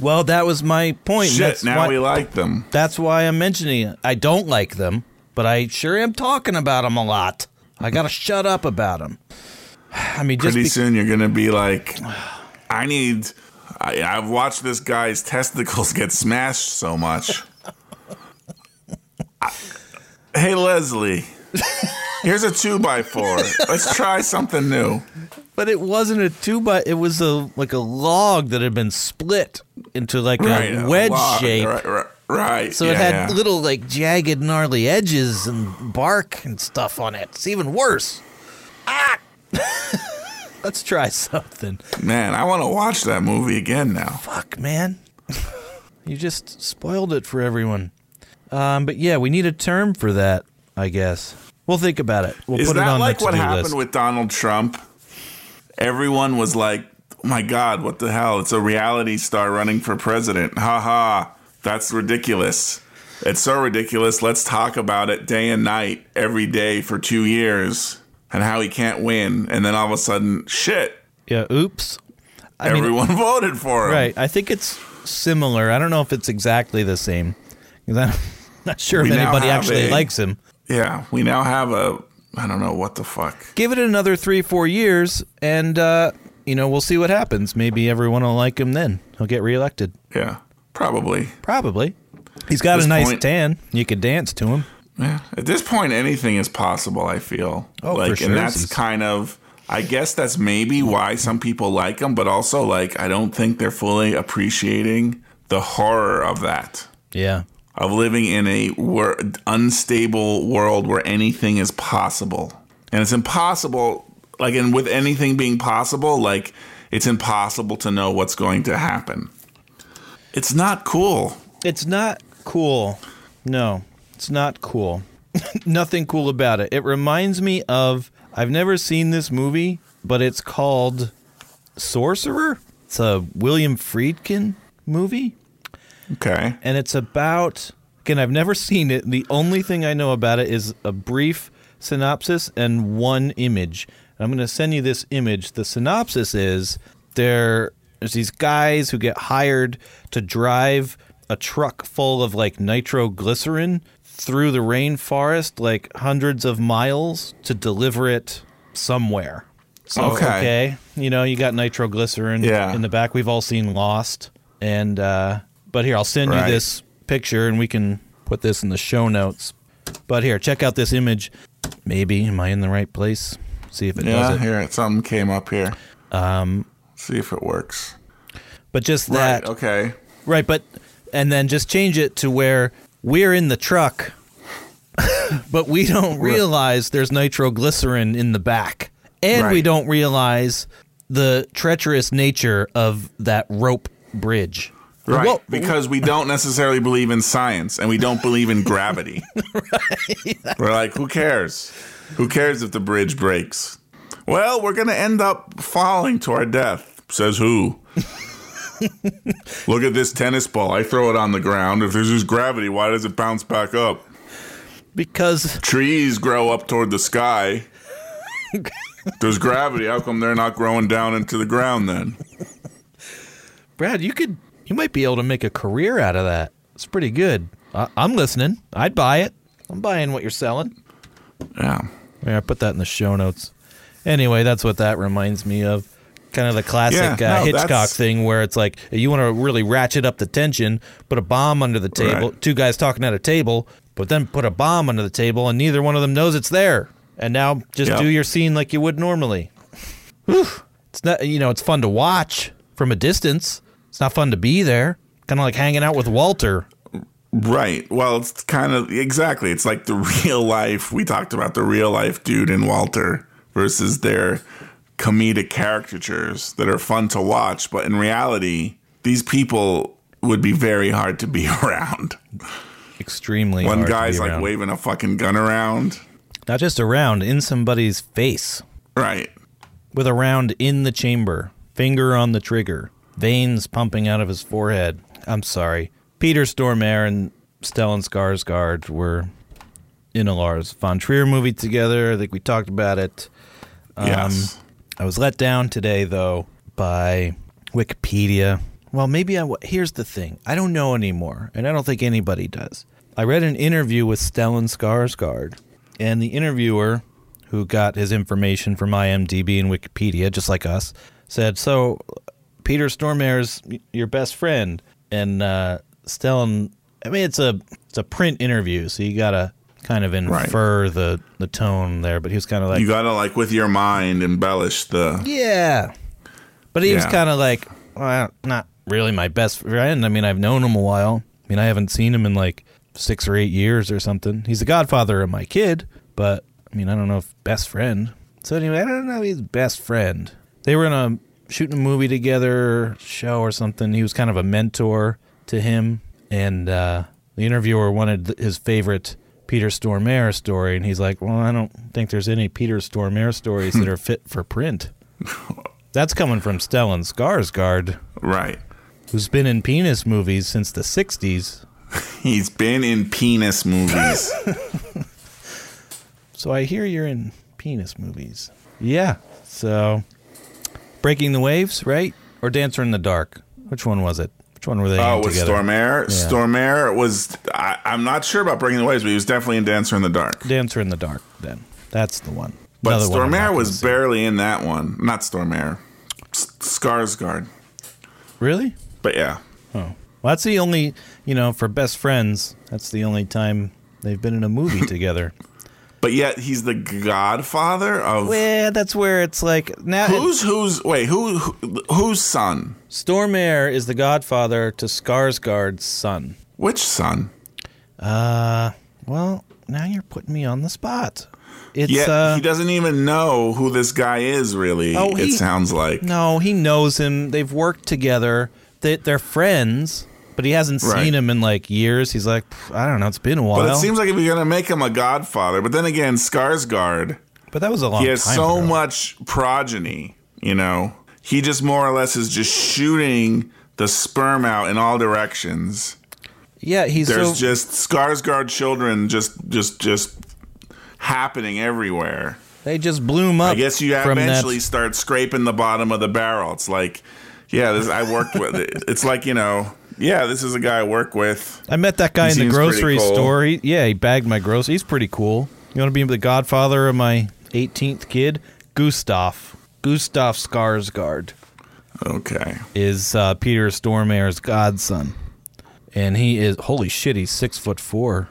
Speaker 2: well, that was my point.
Speaker 3: Shit,
Speaker 2: That's
Speaker 3: now
Speaker 2: why-
Speaker 3: we like them.
Speaker 2: That's why I'm mentioning it. I don't like them, but I sure am talking about them a lot. I gotta shut up about them. I mean, just
Speaker 3: Pretty
Speaker 2: be-
Speaker 3: soon you're going to be like, I need. I, I've watched this guy's testicles get smashed so much. I- hey, Leslie, here's a two by four. Let's try something new.
Speaker 2: but it wasn't a two by. It was a like a log that had been split into like
Speaker 3: Right.
Speaker 2: a wedge
Speaker 3: log,
Speaker 2: shape.
Speaker 3: Right. right, right.
Speaker 2: So it
Speaker 3: yeah,
Speaker 2: had
Speaker 3: yeah.
Speaker 2: little like jagged, gnarly edges and bark and stuff on it. It's even worse. Ah! Let's try something.
Speaker 3: Man, I want to watch that movie again now.
Speaker 2: Fuck, man. you just spoiled it for everyone. Um, but yeah, we need a term for that, I guess. We'll think about it. We'll
Speaker 3: Is
Speaker 2: put it
Speaker 3: that
Speaker 2: on
Speaker 3: like
Speaker 2: the
Speaker 3: what
Speaker 2: to-do
Speaker 3: happened
Speaker 2: list.
Speaker 3: with Donald Trump? Everyone was like, oh my God, what the hell? It's a reality star running for president. Ha ha. That's ridiculous. It's so ridiculous. Let's talk about it day and night, every day for two years, and how he can't win. And then all of a sudden, shit,
Speaker 2: yeah, oops. I mean,
Speaker 3: everyone voted for him.
Speaker 2: right. I think it's similar. I don't know if it's exactly the same. 'Cause I'm not sure
Speaker 3: We
Speaker 2: if
Speaker 3: now
Speaker 2: anybody
Speaker 3: have
Speaker 2: actually
Speaker 3: a-
Speaker 2: likes him.
Speaker 3: Yeah. We now have a, I don't know, what the fuck.
Speaker 2: Give it another three, four years, and, uh, you know, we'll see what happens. Maybe everyone will like him then. He'll get reelected.
Speaker 3: Yeah. Probably.
Speaker 2: Probably. He's got
Speaker 3: This
Speaker 2: a nice
Speaker 3: point-
Speaker 2: tan. You could dance to him.
Speaker 3: Yeah. At this point, anything is possible. I feel
Speaker 2: Oh, for
Speaker 3: like,
Speaker 2: sure.
Speaker 3: and that's kind of. I guess that's maybe why some people like them, but also like I don't think they're fully appreciating the horror of that
Speaker 2: Yeah.
Speaker 3: of living in a wor- unstable world where anything is possible, and it's impossible. Like, and with anything being possible, like it's impossible to know what's going to happen. It's not cool.
Speaker 2: It's not cool. No, it's not cool. Nothing cool about it. It reminds me of I've never seen this movie, but it's called Sorcerer. It's a William Friedkin movie,
Speaker 3: Okay.
Speaker 2: and it's about again, I've never seen it. The only thing I know about it is a brief synopsis and one image. I'm going to send you this image. The synopsis is there there's these guys who get hired to drive a truck full of like nitroglycerin through the rainforest like hundreds of miles to deliver it somewhere. So
Speaker 3: Okay.
Speaker 2: okay, you know, you got nitroglycerin
Speaker 3: Yeah.
Speaker 2: in the back. We've all seen Lost. And uh but here I'll send
Speaker 3: Right.
Speaker 2: you this picture and we can put this in the show notes. But here, check out this image. Maybe am I in the right place? See if it
Speaker 3: Yeah,
Speaker 2: does it.
Speaker 3: here something came up here. Um, see if it works.
Speaker 2: But just that
Speaker 3: right. Okay.
Speaker 2: Right, but and then just change it to where we're in the truck, but we don't realize there's nitroglycerin in the back, and we
Speaker 3: Right.
Speaker 2: don't realize the treacherous nature of that rope bridge.
Speaker 3: Right.
Speaker 2: Well,
Speaker 3: because we don't necessarily believe in science and we don't believe in gravity. We're like, who cares? Who cares if the bridge breaks? Well, we're going to end up falling to our death, says who? Look at this tennis ball. I throw it on the ground. If there's just gravity, why does it bounce back up?
Speaker 2: because
Speaker 3: trees grow up toward the sky. There's gravity. How come they're not growing down into the ground then?
Speaker 2: Brad, you could you might be able to make a career out of that. It's pretty good. I, I'm listening. I'd buy it. I'm buying what you're selling.
Speaker 3: Yeah.
Speaker 2: Yeah, I put that in the show notes. Anyway, that's what that reminds me of. Kind of the classic
Speaker 3: Yeah,
Speaker 2: uh,
Speaker 3: no,
Speaker 2: Hitchcock
Speaker 3: that's-
Speaker 2: thing where it's like you want to really ratchet up the tension, put a bomb under the table,
Speaker 3: Right.
Speaker 2: two guys talking at a table, but then put a bomb under the table and neither one of them knows it's there. And now just
Speaker 3: Yeah.
Speaker 2: do your scene like you would normally. Whew. It's not you know, it's fun to watch from a distance. It's not fun to be there. Kind of like hanging out with Walter.
Speaker 3: Right. Well, it's kind of exactly. It's like the real life. We talked about the real life dude in Walter versus their comedic caricatures that are fun to watch, but in reality, these people would be very hard to be around.
Speaker 2: Extremely
Speaker 3: One
Speaker 2: hard to
Speaker 3: guy's
Speaker 2: be
Speaker 3: like
Speaker 2: around.
Speaker 3: waving a fucking gun around.
Speaker 2: not just around in somebody's face.
Speaker 3: Right.
Speaker 2: with a round in the chamber, finger on the trigger, veins pumping out of his forehead. I'm sorry. Peter Stormare and Stellan Skarsgård were in a Lars von Trier movie together. I think we talked about it. Um,
Speaker 3: yes.
Speaker 2: I was let down today, though, by Wikipedia. Well, maybe I. wa- Here's the thing I don't know anymore, and I don't think anybody does. I read an interview with Stellan Skarsgård, and the interviewer, who got his information from IMDb and Wikipedia, just like us, said, So, Peter Stormare's y- your best friend. And uh, Stellan, I mean, it's a it's a print interview, so you got to kind of infer the, the tone there, but he was kind of like,
Speaker 3: You gotta like with your mind embellish the
Speaker 2: yeah. But he was
Speaker 3: Yeah.
Speaker 2: kind of like, well, not really my best friend. I mean, I've known him a while. I mean, I haven't seen him in like six or eight years or something. He's the godfather of my kid, but I mean, I don't know if best friend. So anyway, I don't know if he's best friend. They were in a shooting a movie together, show or something. He was kind of a mentor to him, and uh, the interviewer wanted th- his favorite Peter Stormare story, and he's like, "Well, I don't think there's any Peter Stormare stories that are fit for print." That's coming from Stellan Skarsgård,
Speaker 3: right.
Speaker 2: who's been in penis movies since the 60s.
Speaker 3: He's been in penis movies.
Speaker 2: So I hear you're in penis movies. Yeah. So Breaking the Waves, right? Or Dancer in the Dark. Which one was it? Which one were they
Speaker 3: Oh,
Speaker 2: in
Speaker 3: with
Speaker 2: together?
Speaker 3: Stormare. Stormare was. I, I'm not sure about Breaking the Waves, but he was definitely in Dancer in the Dark.
Speaker 2: Dancer in the Dark then. That's the one.
Speaker 3: But
Speaker 2: Another one I'm not
Speaker 3: Stormare
Speaker 2: gonna
Speaker 3: was
Speaker 2: see.
Speaker 3: barely in that one. Not Stormare. S- Skarsgård.
Speaker 2: Really?
Speaker 3: But yeah.
Speaker 2: Oh. Well, that's the only, you know, for best friends, that's the only time they've been in a movie together.
Speaker 3: But yet he's the godfather of
Speaker 2: Well, that's where it's like now
Speaker 3: who's who's wait who, who whose son?
Speaker 2: Stormare is the godfather to Skarsgård's son.
Speaker 3: Which son?
Speaker 2: Uh, well, now you're putting me on the spot. It's
Speaker 3: Yeah,
Speaker 2: uh,
Speaker 3: he doesn't even know who this guy is. Really,
Speaker 2: Oh,
Speaker 3: it
Speaker 2: he-
Speaker 3: sounds like
Speaker 2: no, he knows him. They've worked together. They, they're friends, but he hasn't
Speaker 3: Right.
Speaker 2: seen him in like years. He's like, "Pff, I don't know, it's been a while.
Speaker 3: But it seems like if you're gonna make him a godfather, but then again, Skarsgård.
Speaker 2: But that was a long
Speaker 3: he
Speaker 2: time.
Speaker 3: has so
Speaker 2: ago.
Speaker 3: much progeny you know he just more or less is just shooting the sperm out in all directions
Speaker 2: Yeah, he's
Speaker 3: there's
Speaker 2: so
Speaker 3: just Skarsgård children just just just happening everywhere
Speaker 2: they just bloom up.
Speaker 3: i guess you
Speaker 2: from that-
Speaker 3: eventually start scraping the bottom of the barrel it's like yeah this i worked with it's like you know yeah this is a guy i work with
Speaker 2: I met that guy
Speaker 3: He
Speaker 2: in the
Speaker 3: seems pretty
Speaker 2: grocery
Speaker 3: cool.
Speaker 2: store. He, yeah, he bagged my groceries. He's pretty cool. You want to be the godfather of my 18th kid, Gustav. Gustav Skarsgård.
Speaker 3: okay
Speaker 2: is uh, Peter Stormare's godson, and he is holy shit. He's six foot four.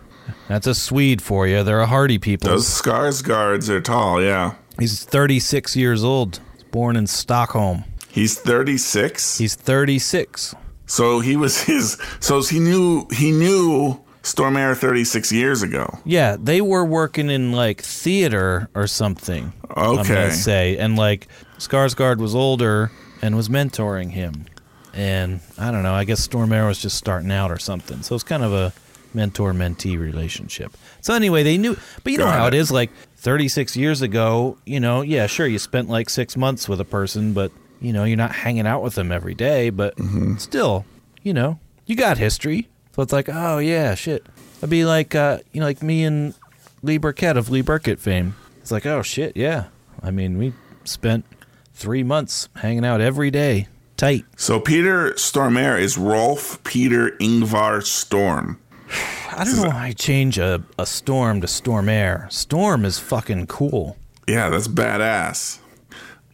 Speaker 2: That's a Swede for you. They're a hardy people.
Speaker 3: those Skarsgårds are tall yeah
Speaker 2: He's thirty six years old. He's born in Stockholm.
Speaker 3: he's 36
Speaker 2: He's thirty six.
Speaker 3: So he was his. So he knew he knew Stormare thirty six years ago.
Speaker 2: Yeah, they were working in like theater or something. I'm
Speaker 3: Okay.
Speaker 2: gonna say, and like Skarsgård was older and was mentoring him, and I don't know. I guess Stormare was just starting out or something. So it's kind of a mentor-mentee relationship. So anyway, they knew, but you know
Speaker 3: Got
Speaker 2: how
Speaker 3: it.
Speaker 2: it is. Like 36 years ago, you know, yeah, sure, you spent like six months with a person, but you know, you're not hanging out with them every day. But still, you know, you got history. So it's like, oh yeah, shit. It'd be like, uh, you know, like me and Lee Burkett of Lee Burkett fame. It's like, oh shit, yeah. I mean, we spent three months hanging out every day, tight.
Speaker 3: So Peter Stormare is Rolf Peter Ingvar Storm.
Speaker 2: I don't know why I change a, a storm to storm air. Storm is fucking cool.
Speaker 3: Yeah, that's badass.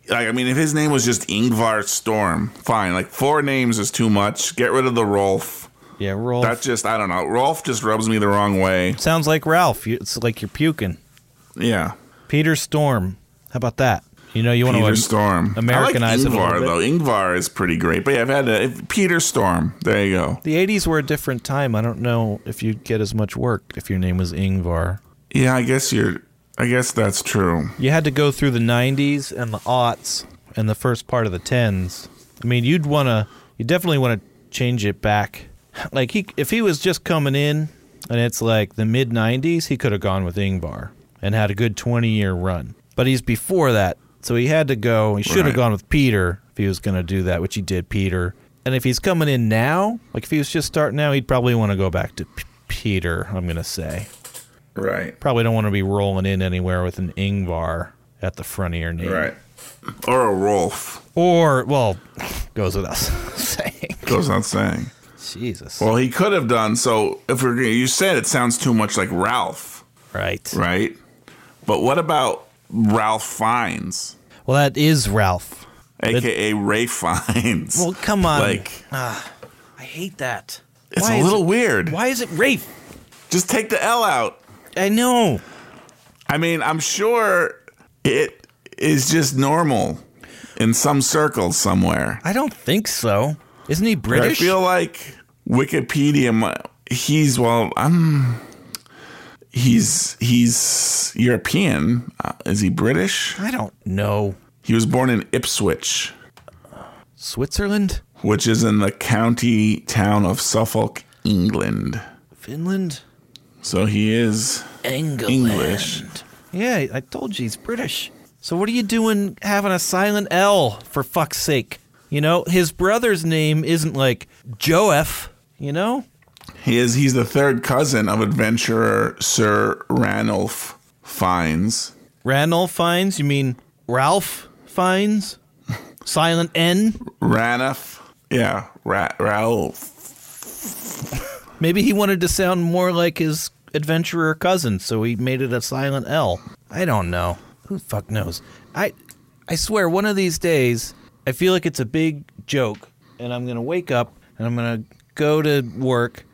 Speaker 3: Like, I mean, if his name was just Ingvar Storm, fine. Like, four names is too much. Get rid of the Rolf.
Speaker 2: Yeah, Rolf.
Speaker 3: That just, I don't know. Rolf just rubs me the wrong way.
Speaker 2: Sounds like Ralph. You- It's like you're puking.
Speaker 3: Yeah.
Speaker 2: Peter Storm. How about that? You know, you want
Speaker 3: Peter
Speaker 2: to
Speaker 3: Storm.
Speaker 2: Americanize
Speaker 3: I
Speaker 2: him a
Speaker 3: like Ingvar,
Speaker 2: little bit.
Speaker 3: though. Ingvar is pretty great. But yeah, I've had a, if- Peter Storm. There you go.
Speaker 2: The 80s were a different time. I don't know if you'd get as much work if your name was Ingvar.
Speaker 3: Yeah, I guess you're, I guess that's true.
Speaker 2: You had to go through the 90s and the aughts and the first part of the 10s. I mean, you'd want to, you definitely want to change it back. Like, he, if he was just coming in and it's like the mid 90s, he could have gone with Ingvar and had a good 20 year run. But he's before that. So he had to go, he should have
Speaker 3: Right.
Speaker 2: gone with Peter if he was going to do that, which he did, Peter. And if he's coming in now, like if he was just starting now, he'd probably want to go back to P- Peter, I'm going to say
Speaker 3: Right.
Speaker 2: probably don't want to be rolling in anywhere with an Ingvar at the front of your name.
Speaker 3: Or a Rolf.
Speaker 2: Or, well, goes without saying.
Speaker 3: Goes without saying.
Speaker 2: Jesus.
Speaker 3: Well, he could have done. So if we're, you said it sounds too much like Ralph,
Speaker 2: right.
Speaker 3: right? But what about Ralph Fiennes,
Speaker 2: Well, that is Ralph.
Speaker 3: aka Ray Fiennes?
Speaker 2: Well, come on.
Speaker 3: Like
Speaker 2: I hate that.
Speaker 3: it's a little weird.
Speaker 2: Why is it Rafe?
Speaker 3: Just take the L out.
Speaker 2: I know.
Speaker 3: I mean, I'm sure it is just normal in some circles somewhere.
Speaker 2: I don't think so. Isn't he
Speaker 3: I
Speaker 2: British?
Speaker 3: feel like Wikipedia. mi- He's well. I'm. He's he's European. Uh, is he British?
Speaker 2: I don't know.
Speaker 3: He was born in Ipswich,
Speaker 2: Switzerland?
Speaker 3: which is in the county town of Suffolk, England.
Speaker 2: Finland?
Speaker 3: So he is
Speaker 2: England.
Speaker 3: English.
Speaker 2: Yeah, I told you he's British. So what are you doing having a silent L for fuck's sake? You know, his brother's name isn't like Joef, you know?
Speaker 3: He is he's the third cousin of adventurer Sir Ranulph Fiennes.
Speaker 2: Ranulph Fiennes, you mean Ralph Fiennes? Silent N?
Speaker 3: Ranulph, yeah, Ra- Ralph.
Speaker 2: Maybe he wanted to sound more like his adventurer cousin, so he made it a silent L. I don't know. Who the fuck knows? I I swear one of these days I feel like it's a big joke and I'm going to wake up and I'm going to go to work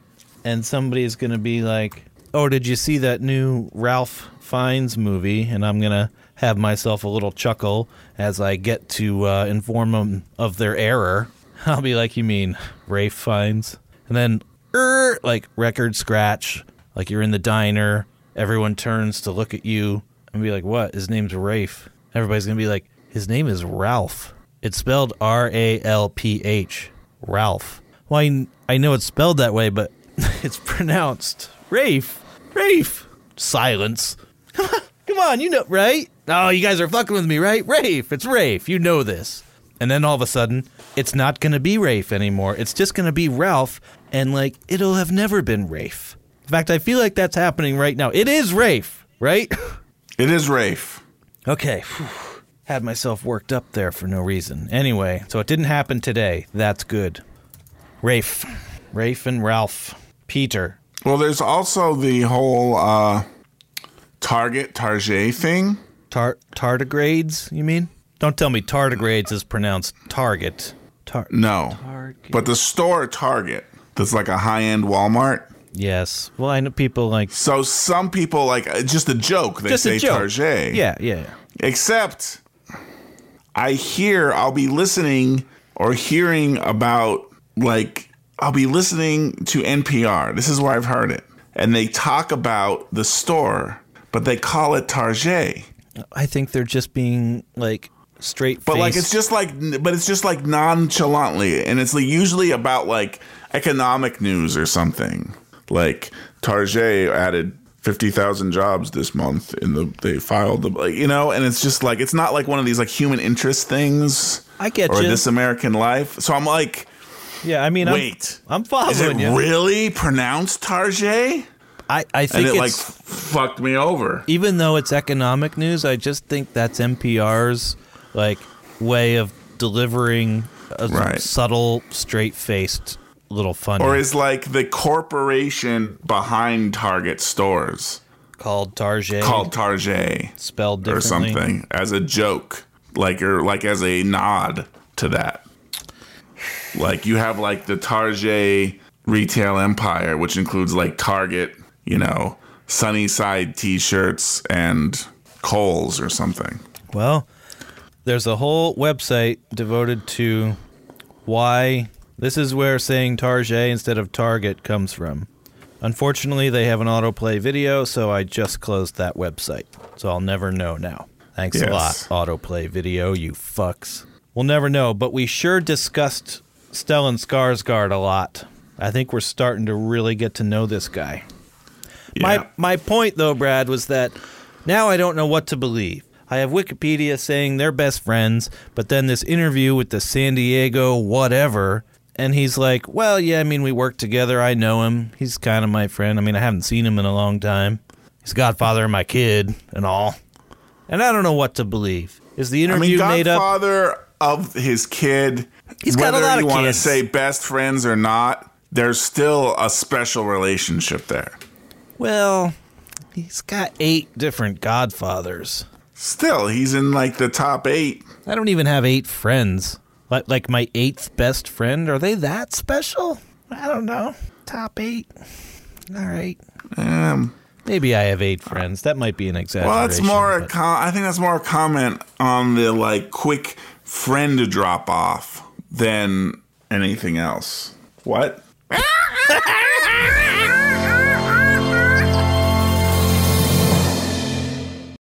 Speaker 2: and somebody's going to be like, "Oh, did you see that new Ralph Fiennes movie?" and I'm going to have myself a little chuckle as I get to uh, inform them of their error. I'll be like, "You mean Rafe Fiennes?" And then, er, like record scratch, like you're in the diner. Everyone turns to look at you and be like, "What? His name's Rafe." Everybody's gonna be like, "His name is Ralph." It's spelled R A L P H, Ralph. Well, I, I know it's spelled that way, but it's pronounced Rafe. Rafe. Silence. Come on, you know, right? Oh, you guys are fucking with me, right? Rafe, it's Rafe. You know this. And then all of a sudden, it's not going to be Rafe anymore. It's just going to be Ralph, and like, it'll have never been Rafe. In fact, I feel like that's happening right now. It is Rafe, right?
Speaker 3: It is Rafe.
Speaker 2: okay. phew. Had myself worked up there for no reason. Anyway, so it didn't happen today. That's good. Rafe. Rafe and Ralph. Peter.
Speaker 3: Well, there's also the whole uh, Target Target thing.
Speaker 2: Tar- tardigrades, you mean? Don't tell me tardigrades is pronounced target. Tar-
Speaker 3: No, but the store Target that's like a high end Walmart.
Speaker 2: Yes. Well, I know people like
Speaker 3: So some people like uh, just a joke. They
Speaker 2: just
Speaker 3: say
Speaker 2: a joke.
Speaker 3: Target.
Speaker 2: Yeah, yeah.
Speaker 3: Except I hear I'll be listening or hearing about like I'll be listening to NPR. This is where I've heard it. And they talk about the store, but they call it Target.
Speaker 2: I think they're just being like straight.
Speaker 3: But like it's just like but it's just like nonchalantly and it's like usually about like economic news or something. Like Target added 50,000 jobs this month in the they filed the like, you know and it's just like it's not like one of these like human interest things
Speaker 2: I get
Speaker 3: or
Speaker 2: you.
Speaker 3: this American life. So I'm like
Speaker 2: yeah. I mean, I'm-
Speaker 3: wait.
Speaker 2: I'm,
Speaker 3: is it
Speaker 2: following you.
Speaker 3: really pronounced Target?
Speaker 2: I I
Speaker 3: And
Speaker 2: think
Speaker 3: it
Speaker 2: it's
Speaker 3: like fucked me over.
Speaker 2: even though it's economic news, I just think that's NPR's like way of delivering a
Speaker 3: Right.
Speaker 2: subtle, straight faced little funny.
Speaker 3: Or is like the corporation behind Target stores
Speaker 2: called Target,
Speaker 3: called Target
Speaker 2: spelled
Speaker 3: or
Speaker 2: differently.
Speaker 3: something as a joke, like or like as a nod to that. Like you have like the Target retail empire, which includes like Target, you know, Sunnyside T-shirts and Kohl's or something.
Speaker 2: Well, there's a whole website devoted to why this is where saying Target instead of Target comes from. Unfortunately, they have an autoplay video, so I just closed that website. So I'll never know now. Thanks a lot,
Speaker 3: Yes.
Speaker 2: autoplay video, you fucks. We'll never know, but we sure discussed Stellan Skarsgård a lot. I think we're starting to really get to know this guy.
Speaker 3: Yeah.
Speaker 2: My my point though, Brad, was that now I don't know what to believe. I have Wikipedia saying they're best friends, but then this interview with the San Diego whatever, and he's like, "Well, yeah, I mean we work together. I know him. He's kind of my friend. I mean I haven't seen him in a long time. He's godfather of my kid and all." And I don't know what to believe. Is the
Speaker 3: I
Speaker 2: interview
Speaker 3: mean,
Speaker 2: made up?
Speaker 3: Godfather of his kid.
Speaker 2: He's got a lot
Speaker 3: you
Speaker 2: of
Speaker 3: want to
Speaker 2: kids.
Speaker 3: say best friends or not, there's still a special relationship there.
Speaker 2: Well, he's got eight different godfathers.
Speaker 3: Still, he's in like the top eight.
Speaker 2: I don't even have eight friends. Like, like my eighth best friend, are they that special? I don't know. Top eight. All right.
Speaker 3: Um,
Speaker 2: Maybe I have eight friends. That might be an exaggeration.
Speaker 3: well, that's more. A
Speaker 2: but-
Speaker 3: com- I think that's more a comment on the like quick friend drop off than anything else. What?